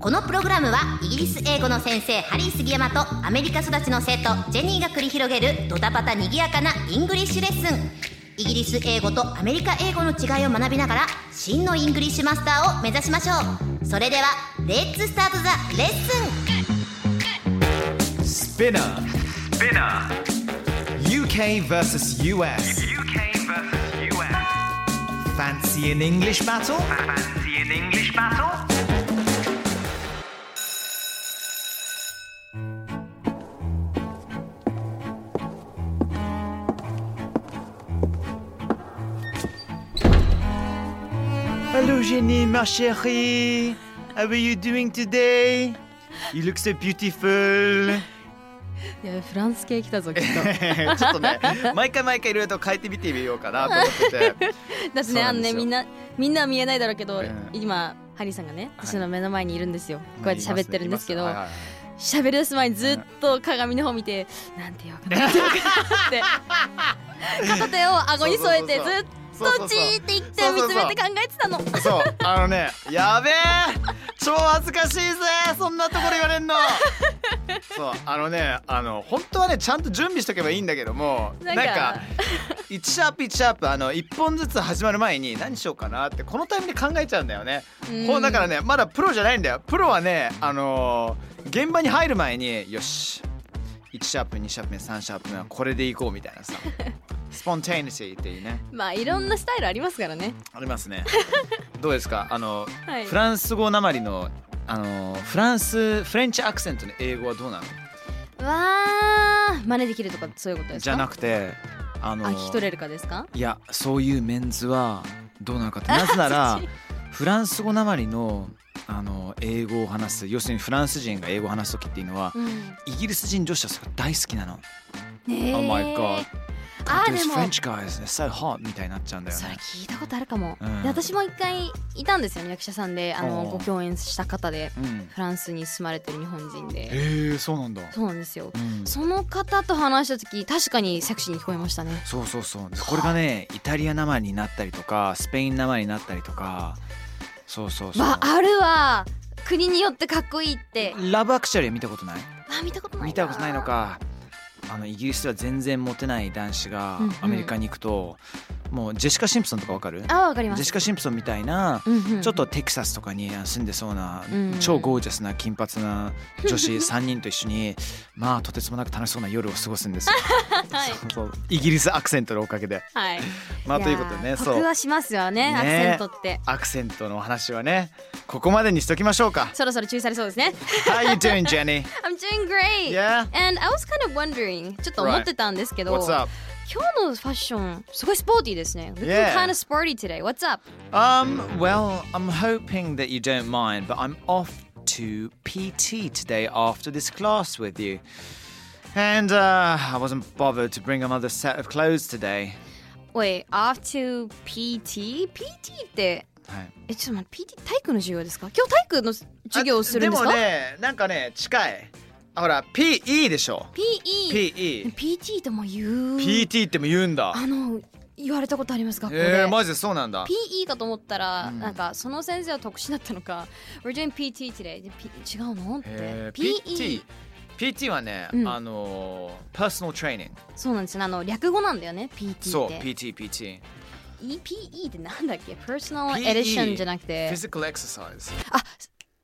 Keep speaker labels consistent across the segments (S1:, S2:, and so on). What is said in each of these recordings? S1: このプログラムはイギリス英語の先生ハリー杉山とアメリカ育ちの生徒ジェニーが繰り広げるドタパタにぎやかなイングリッシュレッスンイギリス英語とアメリカ英語の違いを学びながら真のイングリッシュマスターを目指しましょうそれではレッツスタートザレッスン
S2: Spinner.
S3: Spinner.
S2: UK versus US.
S3: UK versus US.
S2: Fancy an English battle?
S3: Fancy an English battle?
S2: Hello, Jenny, ma chérie. How are you doing today? You look so beautiful.
S4: いやフランス系来たぞきっ と
S2: ちょっとね、毎回毎回いろいろと変えてみてみようかなと思ってて。
S4: だって
S2: そう
S4: ね
S2: な
S4: あ
S2: ん
S4: の
S2: ですよ
S4: ねみんなみんなは見えないだろうけど、
S2: ええ
S4: 今ハリーさんがね私の目の前にいるんですよ、 こうやって喋ってるんですけど
S2: はいはいはい
S4: 喋、り出す前にずっと鏡の方見て、なんて言おうかななんて言おうかなって片手を顎に添えてず
S2: そうそ
S4: っ
S2: うそ
S4: と
S2: う
S4: じ
S2: そう
S4: ーって一点見つめて考えてたの
S2: そうあのねやべえ超恥ずかしいぜそんなところ言われんのそうあのねあの本当はねちゃんと準備しとけばいいんだけども
S4: な
S2: なんん
S4: か
S2: か1シャープ1シャープあの1本ずつ始まる前に何しようかなってこのタイミングで考えちゃうんだよね
S4: うん
S2: ほうだからねまだプロじゃないんだよプロはねあのー現場に入る前によし1シャープ2シャープ目3シャープ目はこれでいこうみたいな さスポンテイニシーっていうね
S4: まあいろんなスタイルありますからね
S2: あります ねどうですかあの
S4: はい
S2: フランス語なまりのあのフランスフレンチアクセントの英語はどうなの
S4: わー真似できるとかそういうことですか
S2: じゃなくてあの
S4: あ聞き取れるかですか
S2: いやそういうメンズはどうなのかってなぜならフランス語なまりのあの英語を話す要するにフランス人が英語を話す時っていうのは
S4: うん
S2: イギリス人女子はそれが大好きなの。
S4: ねえ
S2: Oh my god.
S4: あーで
S2: Those
S4: も
S2: French guys they're so hot みたいになっちゃうんだよ
S4: それ
S2: ね。
S4: 聞いたことあるかも、
S2: うん
S4: で私も一回いたんですよね役者さんであの
S2: おう
S4: ご共演した方で
S2: うん。
S4: フランスに住まれてる日本人
S2: へ
S4: で
S2: えそうなんだ。
S4: そうなんですよ
S2: うん
S4: その方と話した時確かにセクシーに聞こえましたね
S2: そうそうそうでこれがねイタリア生になったりとかスペイン生になったりとかそうそうそう
S4: わあるわ国によってかっこいいって
S2: ラブアクチュアリーは見たことない
S4: あ見たことない
S2: 見たことないのかあのイギリスでは全然モテない男子が
S4: うんうん
S2: アメリカに行くと、もうジェシカ・シンプソンとかわかる
S4: あわかりま
S2: ジェ
S4: す
S2: シカ・シンプソンみたいな
S4: うんうん
S2: ちょっとテキサスとかに住んでそうな、
S4: うん
S2: 超ゴージャスな金髪な女子 3人と一緒にまあとてつもなく楽しそうな夜を過ごすん ですよ、
S4: はい
S2: そうそうイギリスアクセントのおかげで
S4: はい
S2: まあということで
S4: や
S2: ね
S4: ー
S2: そう
S4: 得はしますよね
S2: ね
S4: アクセントって
S2: アクセントのお話はねここまでにしときましょう か。
S4: そろそろ注意されそうですね
S2: How you doing, Jenny?
S4: I'm doing great
S2: Yeah?
S4: and I was kind of wondering ちょっと思ってたんですけど
S2: What's up?
S4: 今日のファッションすごいスポーティーですね。We
S2: Yeah.
S4: look kind of sporty today. What's up?
S2: Um, well, I'm hoping that you don't mind, but I'm off to PT today after this class with you. And uh, I wasn't bothered to bring another set of clothes today.
S4: Wait, off to PT? PT って
S2: はい
S4: えちょっと待って PT 体育の授業ですか？今日体育の授業をするんですか
S2: あでもね、なんかね、近い。あほら、PE でしょ。
S4: ？PE。
S2: PE。
S4: PT とも言う。
S2: PT っても言うんだ。
S4: あの言われたことあります学校で。
S2: えー、マジでそうなんだ。
S4: PE かと思ったら、なんかその先生は特殊だったのか We're doing PT today で P 違うのって
S2: え
S4: PE
S2: PT。PT はね、
S4: うん
S2: あのー、パーソナルトレーニング。
S4: そうなんですよあの略語なんだよね PT って
S2: そう、PT、PT。
S4: EPE ってなんだっけ Personal
S2: PE
S4: Edition じゃなくて
S2: Physical exercise.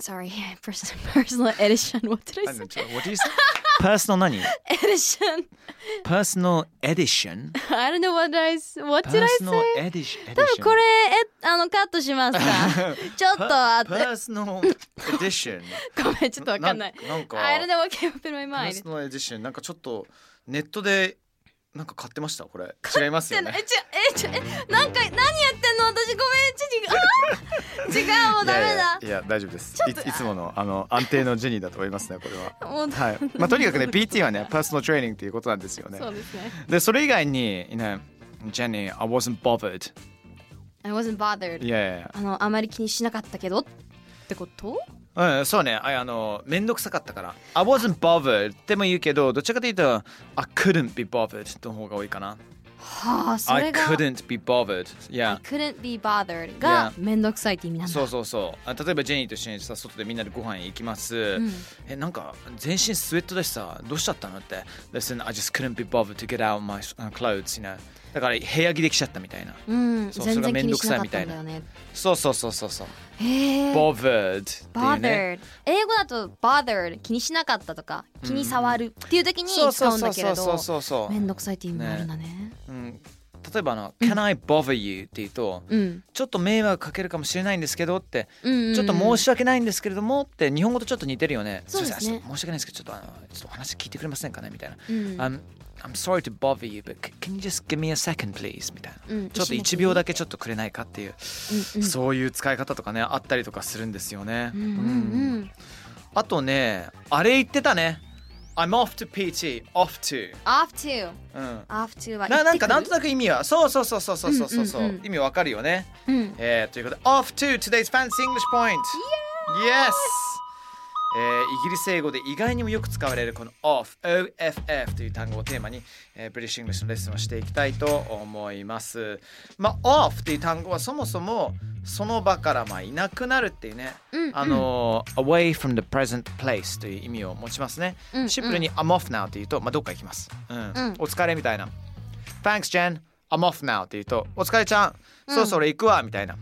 S4: Sorry, personal, personal edition. What did I say?
S2: What do you say? Personal 何
S4: Edition.
S2: ?Personal edition?
S4: I don't know what I s What did I
S2: Personal
S4: say?
S2: edition?
S4: 多分これえあのカットしま すか。ちょっとあって
S2: Personal edition?
S4: ご めん ちょっとわかんない。
S2: なんか、
S4: I don't know what came up in my mind.
S2: Personal edition なんかちょっとネットでなんか買ってましたこれ違いますよね
S4: えちえ ちえなんか何やってんの私ごめ んち違うあー違うもうダ
S2: いや
S4: メだ
S2: いやいや大丈夫ですいいつものあの安定のジェニーだと思いますねこれ は
S4: もう
S2: はいまあ、とにかくね PT はねパーソナルトレーニングっていうことなんですよね
S4: そうですね
S2: でそれ以外にね Jenny I wasn't bothered
S4: I wasn't bothered
S2: いやいや
S4: あのあまり気にしなかったけどってこと
S2: うん、そうねああの面倒くさかったから I wasn't bothered でも言うけどどっちらかというと I couldn't be bothered の方が多いかな
S4: はあそれ
S2: I
S4: が
S2: couldn't be bothered
S4: I
S2: yeah
S4: couldn't be bothered が
S2: Yeah
S4: めんどくさいって意味なんだ
S2: そうそうそうあ例えばジェニーと一緒にさ外でみんなでご飯行きます、
S4: ん
S2: えなんか全身スウェットだしさどうしちゃったのって Listen I just couldn't be bothered to get out my uh, clothes you know だから部屋着できちゃったみたいな
S4: うん
S2: そう
S4: 全
S2: それが
S4: 然
S2: め
S4: 気
S2: ん
S4: に
S2: どく
S4: し
S2: さ
S4: ないか
S2: みい
S4: ったたん
S2: な
S4: だよね
S2: そうそうそうそうそう
S4: へえ
S2: bothered っていうね
S4: bothered 英語だと bothered 気にしなかったとか気に触るっていう時に
S2: そうそ
S4: 使
S2: う
S4: うん
S2: そ
S4: だ
S2: う
S4: け
S2: そ
S4: れ
S2: う
S4: ど
S2: そうそうそう
S4: めんどくさいって意味もあるんだね
S2: うん例えばあの「Can I bother you?」って言うと、
S4: うん
S2: ちょっと迷惑かけるかもしれないんですけどって、
S4: うんうんうん
S2: ちょっと申し訳ないんですけれどもって日本語とちょっと似てるよね。
S4: そうですね
S2: いませんちょっと申し訳ないですけどちょっとあのちょっとお話聞いてくれませんかねみたいな。
S4: うん、
S2: I'm, I'm sorry to bother you but c- can you just give me a second please みたいな。
S4: うん
S2: ちょっと1秒だけちょっとくれないかっていう、
S4: うんうん
S2: そういう使い方とかねあったりとかするんですよね。
S4: うんうん
S2: うん
S4: うん
S2: あとねあれ言ってたね。I'm off to PT off to、
S4: off to
S2: うん、
S4: off to は
S2: ななんかなんと
S4: だ
S2: なく意味はそうそうそうそうそうそうそう,、
S4: うんうんうん
S2: 意味わかるよね、
S4: うん
S2: えー、ということで off to today's fancy English point yes えー、イギリス英語で意外にもよく使われるこの off off という単語をテーマに、えー、ブリッシュ・イングリッシュのレッスンをしていきたいと思いますまあ off という単語はそもそもその場からまあいなくなるっていうね、
S4: うん
S2: あのー away from the present place という意味を持ちますね、
S4: うんうん
S2: シンプルに I'm off now というと、まあ、どっか行きます、うん
S4: ん
S2: お疲れみたいな Thanks Jen I'm off now って言うとお疲れちゃんそろそろ行くわみたいな、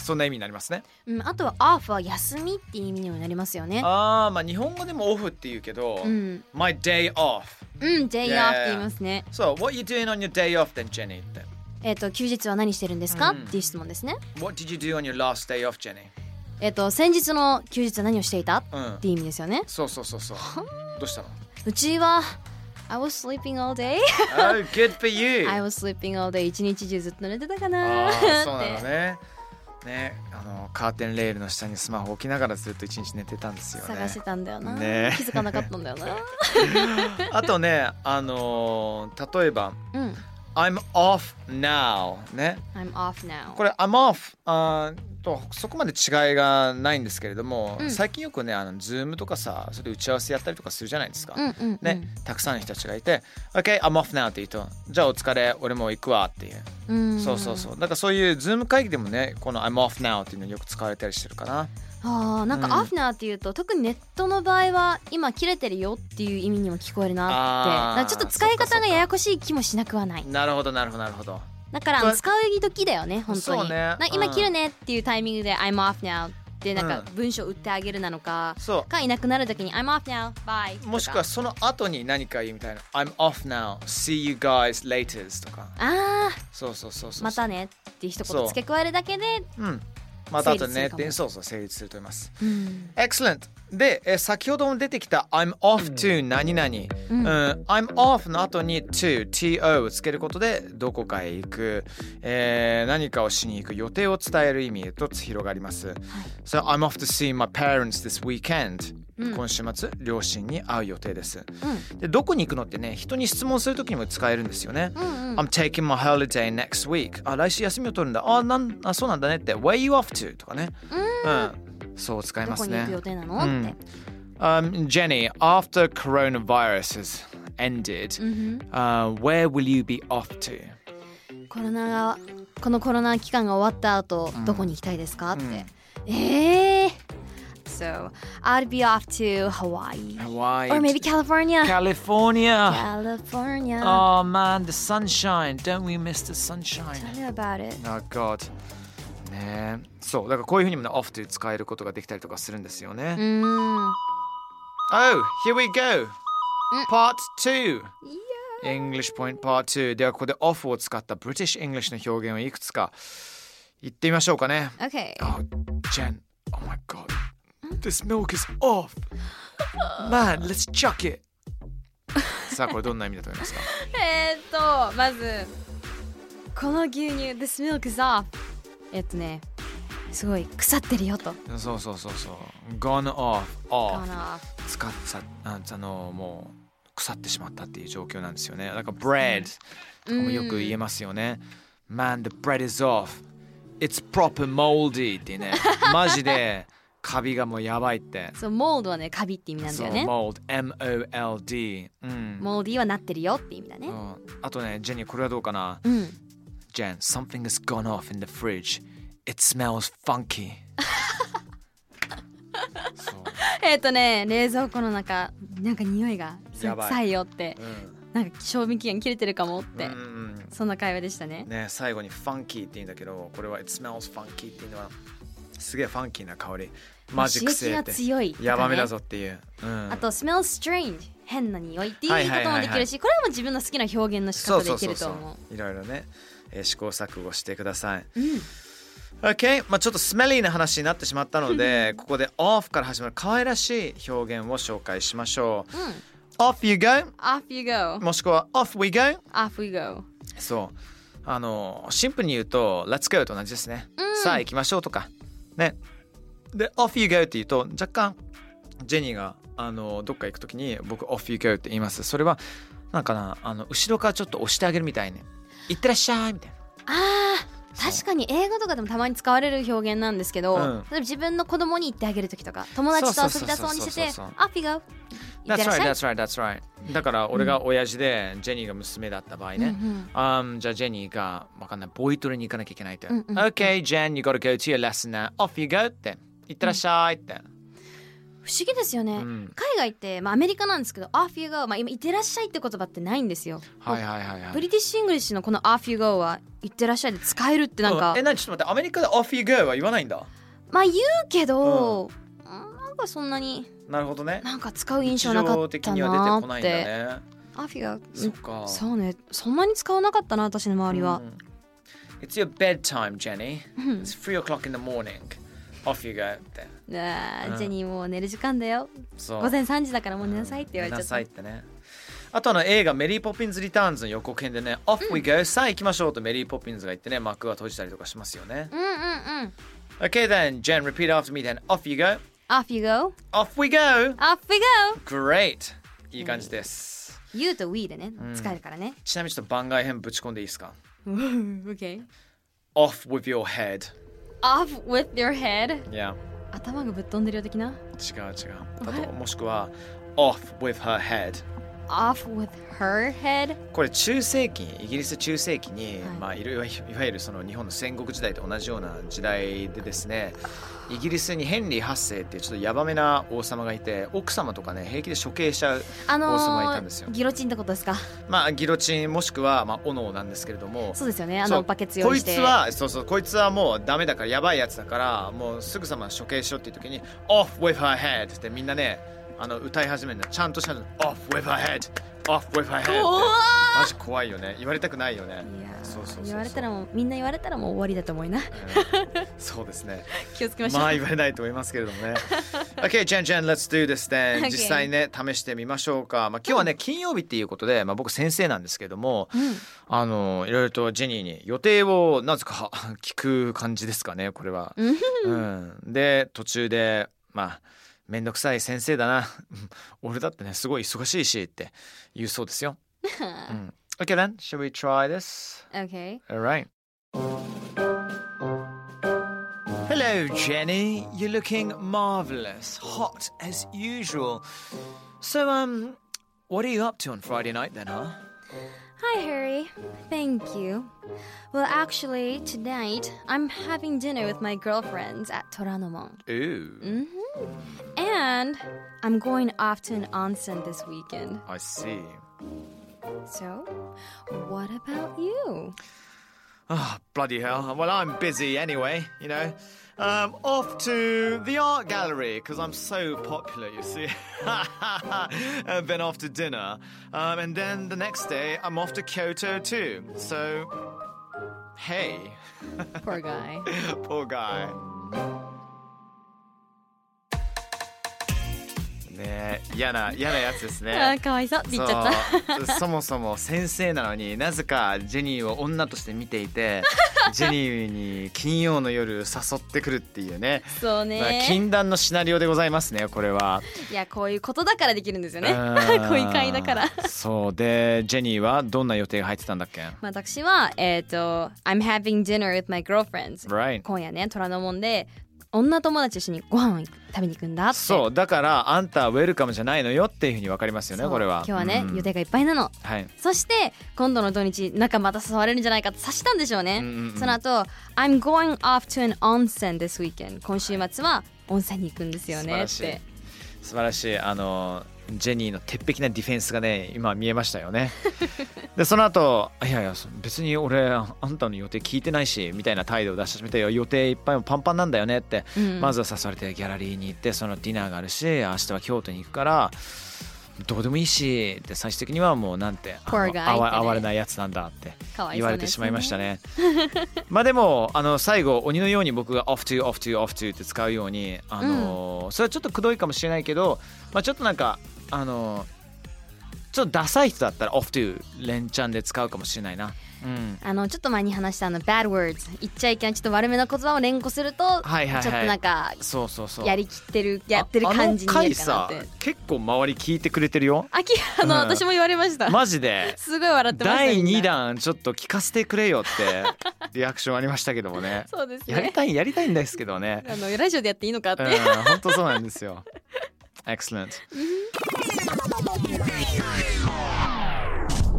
S2: そんな意味になりますね
S4: うん、あとは off は休みっていう意味にもなりますよね
S2: ああまあ日本語でもオフって言うけど、
S4: うん、
S2: My day off
S4: う
S2: Yeah
S4: ん、day off って言いますね
S2: So what you doing on your day off then Jenny って
S4: えっ、と休日は何してるんですか、
S2: うん
S4: っていう質問ですね
S2: What did you do on your last day off Jenny
S4: えっ、と先日の休日は何をしていた、
S2: うん
S4: っていう意味ですよね
S2: そうそうそうそうどうしたの
S4: うちは I was sleeping all day
S2: Oh good for you
S4: I was sleeping all day 一日中ずっと寝てたかな
S2: あー
S4: ー って
S2: そうなのねねあのカーテンレールの下にスマホ置きながらずっと一日寝てたんですよね
S4: 探してたんだよな、
S2: ね
S4: 気づかなかったんだ よな
S2: あとねあのー例えば
S4: うん
S2: I'm off now ね
S4: I'm off now
S2: これ I'm off あーとそこまで違いがないんですけれども、
S4: うん
S2: 最近よくねあの Zoom とかさそれで打ち合わせやったりとかするじゃないですか、
S4: うんうん、うん、
S2: ね、たくさんの人たちがいて「OK I'm off now」って言うと「じゃあお疲れ俺もう行くわ」っていう、
S4: うん
S2: そうそうそうだからそういう Zoom 会議でもねこの「I'm off now」っていうのよく使われたりしてるかな
S4: あーなん
S2: うん
S4: かアフナーっていうと、特にネットの場合は今切れてるよっていう意味にも聞こえる
S2: あー
S4: なってだからちょっと使い
S2: そっかそ
S4: 方
S2: っか
S4: がややこしい気もしなくはない
S2: なるほどなるほどなるほど
S4: だからあ
S2: そ
S4: の
S2: う
S4: 使う時だよね本当
S2: そう
S4: に、
S2: ね
S4: な
S2: う
S4: 今
S2: ん
S4: 切るねっていうタイミングで「I'm off now」ってなんか
S2: う
S4: 文章打ってあげるなのか、
S2: そう
S4: かいなくなる時に「I'm off now bye」
S2: もしくは
S4: と
S2: その後に何か言うみたいな「I'm off now see you guys later」とか
S4: かあ
S2: そうそうそうそう
S4: ーまたねっていう一
S2: そう
S4: 言付け加えるだけで
S2: うんまた後でねっ
S4: 成
S2: て
S4: 立するかも
S2: そうそう成立すると思います
S4: うん
S2: Excellent で、えー先ほども出てきた I'm off to 何々、うん
S4: ん
S2: I'm off の後に to to をつけることでどこかへ行く、えー何かをしに行く予定を伝える意味へと広がります、So I'm off to see my parents this weekend、
S4: うん
S2: 今週末両親に会う予定です、でどこに行くのってね人に質問するときにも使えるんですよね、
S4: うんうん
S2: I'm taking my holiday next week あ来週休みを取るんだあなんあそうなんだねって Where you off to とかねうんそう使い
S4: ど
S2: ま
S4: こ
S2: す
S4: に行
S2: ね
S4: く予定なの、
S2: うん
S4: って
S2: Um, Jenny, after coronavirus has ended, uh, where will you be off to?
S4: コロナがこのコロナ期間が終わった後、どこに行きたいですかって、えー So I'd be off to Hawaii
S2: Hawaii.
S4: or Oh, maybe California
S2: California.
S4: California
S2: Oh man, the sunshine. Don't we miss the sunshine?
S4: Tell me about it
S2: Oh god. ねえそうだからこういうふうにもね off to 使えることができたりとかするんですよね。
S4: うーん
S2: Oh, here we go. Part 2. English Point Part 2. ではここで off を使った British English の表現をいくつか言ってみましょうかね。
S4: Okay
S2: Oh, Jen. Oh my god. This milk is off. Man, let's chuck it. さあこれどんな意味だと思いますか
S4: えーっとまずこの牛乳 This milk is off えっとねすごい腐ってるよと
S2: そうそうそうそう gone off
S4: こ
S2: off
S4: の
S2: 使っさああのもう腐ってしまったっていう状況なんですよねだから bread とかもよく言えますよね、man the bread is off it's proper moldy ってねマジでカビがもうやばいって
S4: そうモードはねカビって意味なんだよね
S2: そう mold M-O-L-D うん
S4: モーディはなってるよって意味だね
S2: うんあとねジェニーこれはどうかな
S4: うん
S2: Jen something has gone off in the fridge it smells funky そう
S4: えっとね冷蔵庫の中なんか匂いがすご
S2: や
S4: い
S2: ばい
S4: 臭いよってなんか賞味期限切れてるかもっ
S2: うん
S4: て
S2: うんうん
S4: そんな会話でしたね
S2: ね最後にファンキーって言うんだけどこれは It smells funky っていうのはすげえファンキーな香りマジック
S4: 刺
S2: 性
S4: 激
S2: っ
S4: が
S2: て
S4: 強いとかね
S2: ヤバめだぞっていう、うん、
S4: あと smell strange 変な匂いってい
S2: はいうは
S4: こ
S2: い
S4: と
S2: はい
S4: も
S2: はい
S4: できるしこれも自分の好きな表現の仕
S2: そう
S4: 方で
S2: そ
S4: い
S2: そう
S4: うける
S2: そ
S4: と
S2: う
S4: 思う
S2: いろいろね、えー試行錯誤してください、OK、まあ、ちょっとスメリーな話になってしまったの でここで off から始まる可愛らしい表現を紹介しましょう、off you go
S4: off you go
S2: もしくは off we go
S4: off we go
S2: そうあのシンプルに言うと「Let's go」と同じですね、さあ行きましょうとかねで「Off you go」って言うと若干ジェニーがあのどっか行く時に僕「Off you go」って言いますそれはなんかなあの後ろからちょっと押してあげるみたいね「行ってらっしゃい」みたいな
S4: あー
S2: そう
S4: 確かに英語とかでもたまに使われる表現なんですけど、
S2: うん
S4: 例えば自分の子供に言ってあげる時とか友達と遊び出そうにしてて
S2: そうそうそうそうそうそう
S4: 「アピが」「いって
S2: That's
S4: らっし
S2: right,
S4: ゃ
S2: that's right,
S4: い
S2: that's right. だから俺が親父で、ジェニーが娘だった場合ね。あんじゃあジェニーが、わかんない、ボイトレに行かなきゃいけないって。
S4: うんうん
S2: okay, Jen, you gotta go to your lesson now. Off you go って。行ってらっしゃいって。
S4: 不思議ですよね、
S2: ん
S4: 海外って、まあ、アメリカなんですけど「Off you go」まあ、今「いってらっしゃい」って言葉ってないんですよ、
S2: はいはいはいはい
S4: ブ。リティッシュ・イングリッシュのこの「Off you go」は「いってらっしゃい」で使えるってなんか、
S2: うんえ、なにちょっと待って、アメリカで Off you go は言わないんだ。
S4: まあ言うけど、なんかそんなに
S2: なるほどね。
S4: なんか使う印象な
S2: 日
S4: かったな
S2: 常
S4: ーって
S2: 的には出てこないんだね。
S4: アフィが
S2: そっか。
S4: そうねそんなに使わなかったな私の周りは、
S2: It's your bedtime, Jenny. It's three o'clock in the morning. Off you go って。
S4: ねえ
S2: うん
S4: ジェニーもう寝る時間だよ
S2: そう。
S4: 午前3時だからもう寝なさいって言われち
S2: な
S4: ゃった、
S2: さいってねあとあの映画「メリー・ポピンズ・リターンズ」の予告編でね「Off we go」さあ行きましょうとメリー・ポピンズが言ってね幕が閉じたりとかしますよね
S4: うんうんうん
S2: Okay then Jen repeat after me then Off you go
S4: Off you go
S2: Off we go
S4: Off we go
S2: Great いい感じです、
S4: You と We でね使えるからね、
S2: ちなみにちょっと番外編ぶち込んでいいですか
S4: OK
S2: Off with your head
S4: Off with your head
S2: いや
S4: 頭がぶっ飛んでるよ的な
S2: 違う違うあともしくは Off with her head
S4: Off with her head
S2: これ中世紀イギリス中世紀に、
S4: はい
S2: まあ、いろいわいわゆるその日本の戦国時代と同じような時代でですねイギリスにヘンリー8世っていうちょっとヤバめな王様がいて奥様とかね平気で処刑しちゃう
S4: あの
S2: 王様がいたんですよ
S4: ー、ギロチンってことですか
S2: まあギロチンもしくは、まあ、斧なんですけれども
S4: そうですよねあ
S2: そ
S4: の
S2: う
S4: バケツ用意して
S2: こいつはそうそうこいつはもうダメだからやばいやつだからもうすぐさま処刑しろっていう時に「Off with her head」ってみんなねあの歌い始めるのちゃんとしたの「Off with her head」「Off with her head」って
S4: 怖っ
S2: マジ怖いよね言われたくないよね
S4: いやー
S2: そうそうそうそう
S4: 言われたらもうみんな言われたらもう終わりだと思 いな
S2: そうですね
S4: 気をつけましょう、
S2: まあ言われないと思いますけれども ね OK Jen Jen let's do this then、
S4: Okay
S2: 実際ね試してみましょうか、まあ、今日はね金曜日っていうことで、まあ、僕先生なんですけれども、あのいろいろとジェニーに予定をなぜか 聞く感じですかねこれは、うん、で途中でまあめんどくさい先生だな 俺だってねすごい忙しいしって言うそうです よ、うん、OK then shall we try this?
S4: Okay.
S2: All right. Hello, Jenny. You're looking marvelous, hot as usual. So, um, what are you up to on Friday night then, huh?
S4: Hi, Harry. Thank you. Well, actually, tonight I'm having dinner with my girlfriends at Toranomon.
S2: Ooh,
S4: And I'm going off to an onsen this weekend.
S2: I see.
S4: So, what about you?
S2: Ah, bloody hell. Well, I'm busy anyway, you know. Um, off to the art gallery because I'm so popular, you see. and then off to dinner. Um, and then the next day, I'm off to Kyoto too. So, hey.
S4: Poor guy.
S2: Poor guy. ね嫌な嫌なやつです
S4: あ
S2: ね
S4: ーかわいそうって言っちゃった
S2: そうそもそも先生なのになぜかジェニーを女として見てい てジェニーに金曜の夜誘ってくるっていうね
S4: そう
S2: まあ
S4: ね
S2: 禁断のシナリオでございますねこれは。
S4: いやこういうことだからできるんですよね
S2: うん
S4: 恋会だから
S2: そうでジェニーはどんな予定が入ってたんだっけ
S4: まあ私はえっ、と I'm having dinner with my girlfriends
S2: Right
S4: 今夜ね虎ノ門で女友達と一緒にご飯を食べに行くんだって
S2: そうだからあんたはウェルカムじゃないのよっていうふうに分かりますよね
S4: そう
S2: これは
S4: 今日はね、
S2: うん
S4: 予定がいっぱいなの
S2: はい
S4: そして今度の土日なんかまた誘われるんじゃないかって察したんでしょうね、
S2: うんうんうん
S4: その後 I'm going off to an onsen this weekend 今週末は温泉に行くんですよねっ
S2: 素晴らし
S4: て
S2: 素晴らしいあのジェニーの鉄壁なディフェンスがね今見えましたよね でその後いやいやそ別に俺あんたの予定聞いてないしみたいな態度を出し始めて予定いっぱいもパンパンなんだよねって、
S4: うん
S2: まずは誘われてギャラリーに行ってそのディナーがあるし明日は京都に行くからどうでもいいしで最終的にはもうなんてあ
S4: Poor
S2: の
S4: guy
S2: あわ
S4: ってね
S2: 哀れないやつなんだって
S4: かわいそうなやつね
S2: 言われてしまいましたねまあでもあの最後鬼のように僕が off to off to off to って使うようにあの、それはちょっとくどいかもしれないけど、まあ、ちょっとなんかあのちょっとダサい人だったら off to 連チャンで使うかもしれないな、うん、
S4: あのちょっと前に話したあの bad words 言っちゃいけないちょっと悪めな言葉を連呼すると、
S2: いはいはい
S4: ちょっとなんか
S2: そうそうそう
S4: やりきってるやってる感じに
S2: あ
S4: 見
S2: あ
S4: え
S2: の
S4: る
S2: 回
S4: かなっ
S2: さ
S4: て
S2: 結構周り聞いてくれてるよ
S4: あきあの、
S2: うん
S4: 私も言われました、
S2: マジで
S4: すごい笑ってました
S2: 第
S4: み
S2: 2
S4: んな
S2: 弾ちょっと聞かせてくれよってリアクションありましたけどもね
S4: そうです
S2: やり
S4: ね
S2: たいやりたいんですけどね
S4: あのラジオでやっていいのかって、
S2: うん本当そうなんですよ Excellent
S3: UK versus US. Fancy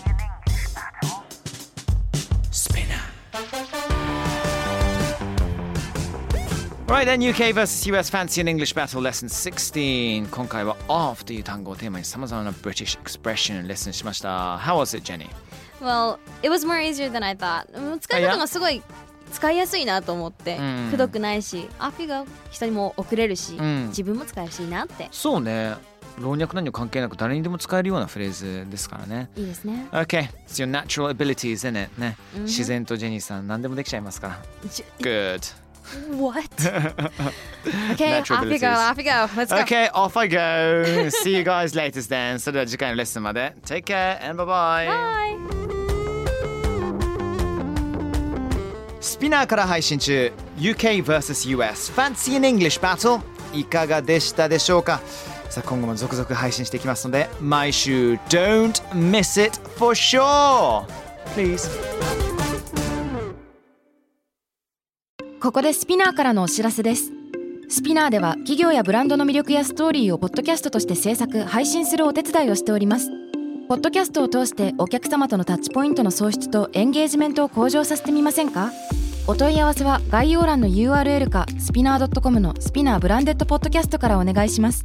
S3: an English battle?
S2: スピナー Right then UK vs US Fancy and English Battle Lesson 16今回は off という単語をテーマにさまざまな British expression レッスンしました How was it Jenny?
S4: Well, it was more easier than I thought. うん使い方がすごい使いやすいなと思って
S2: うん、
S4: くどくないし、アフィが人にも送れるし
S2: うん、
S4: 自分も使えるしいいなって。
S2: そうね老若男女関係なく誰にでも使えるようなフレーズですからね
S4: いいで すね。
S2: Okay, it's your natural abilities, isn't it? ね、
S4: うん
S2: 自然とジェニーさん何でもできちゃいますから。
S4: じ
S2: Good.
S4: What? okay,
S2: Natural
S4: off you go,
S2: abilities.
S4: off you go. Let's go.
S2: Okay, off I go. See you guys later then. それでは次回のレッスンまで。Take care and bye bye.
S4: Bye.
S2: スピナーから配信中 UK vs.US Fancy in English Battle いかがでしたでしょうかさあ今後も続々配信していきますので毎週 Don't miss it for sure! Please
S5: ここでスピナーからのお知らせです。スピナーでは企業やブランドの魅力やストーリーをポッドキャストとして制作、配信するお手伝いをしております。ポッドキャストを通してお客様とのタッチポイントの創出とエンゲージメントを向上させてみませんかお問い合わせは概要欄の URL かスピナー .com のスピナーブランデッドポッドキャストからお願いします。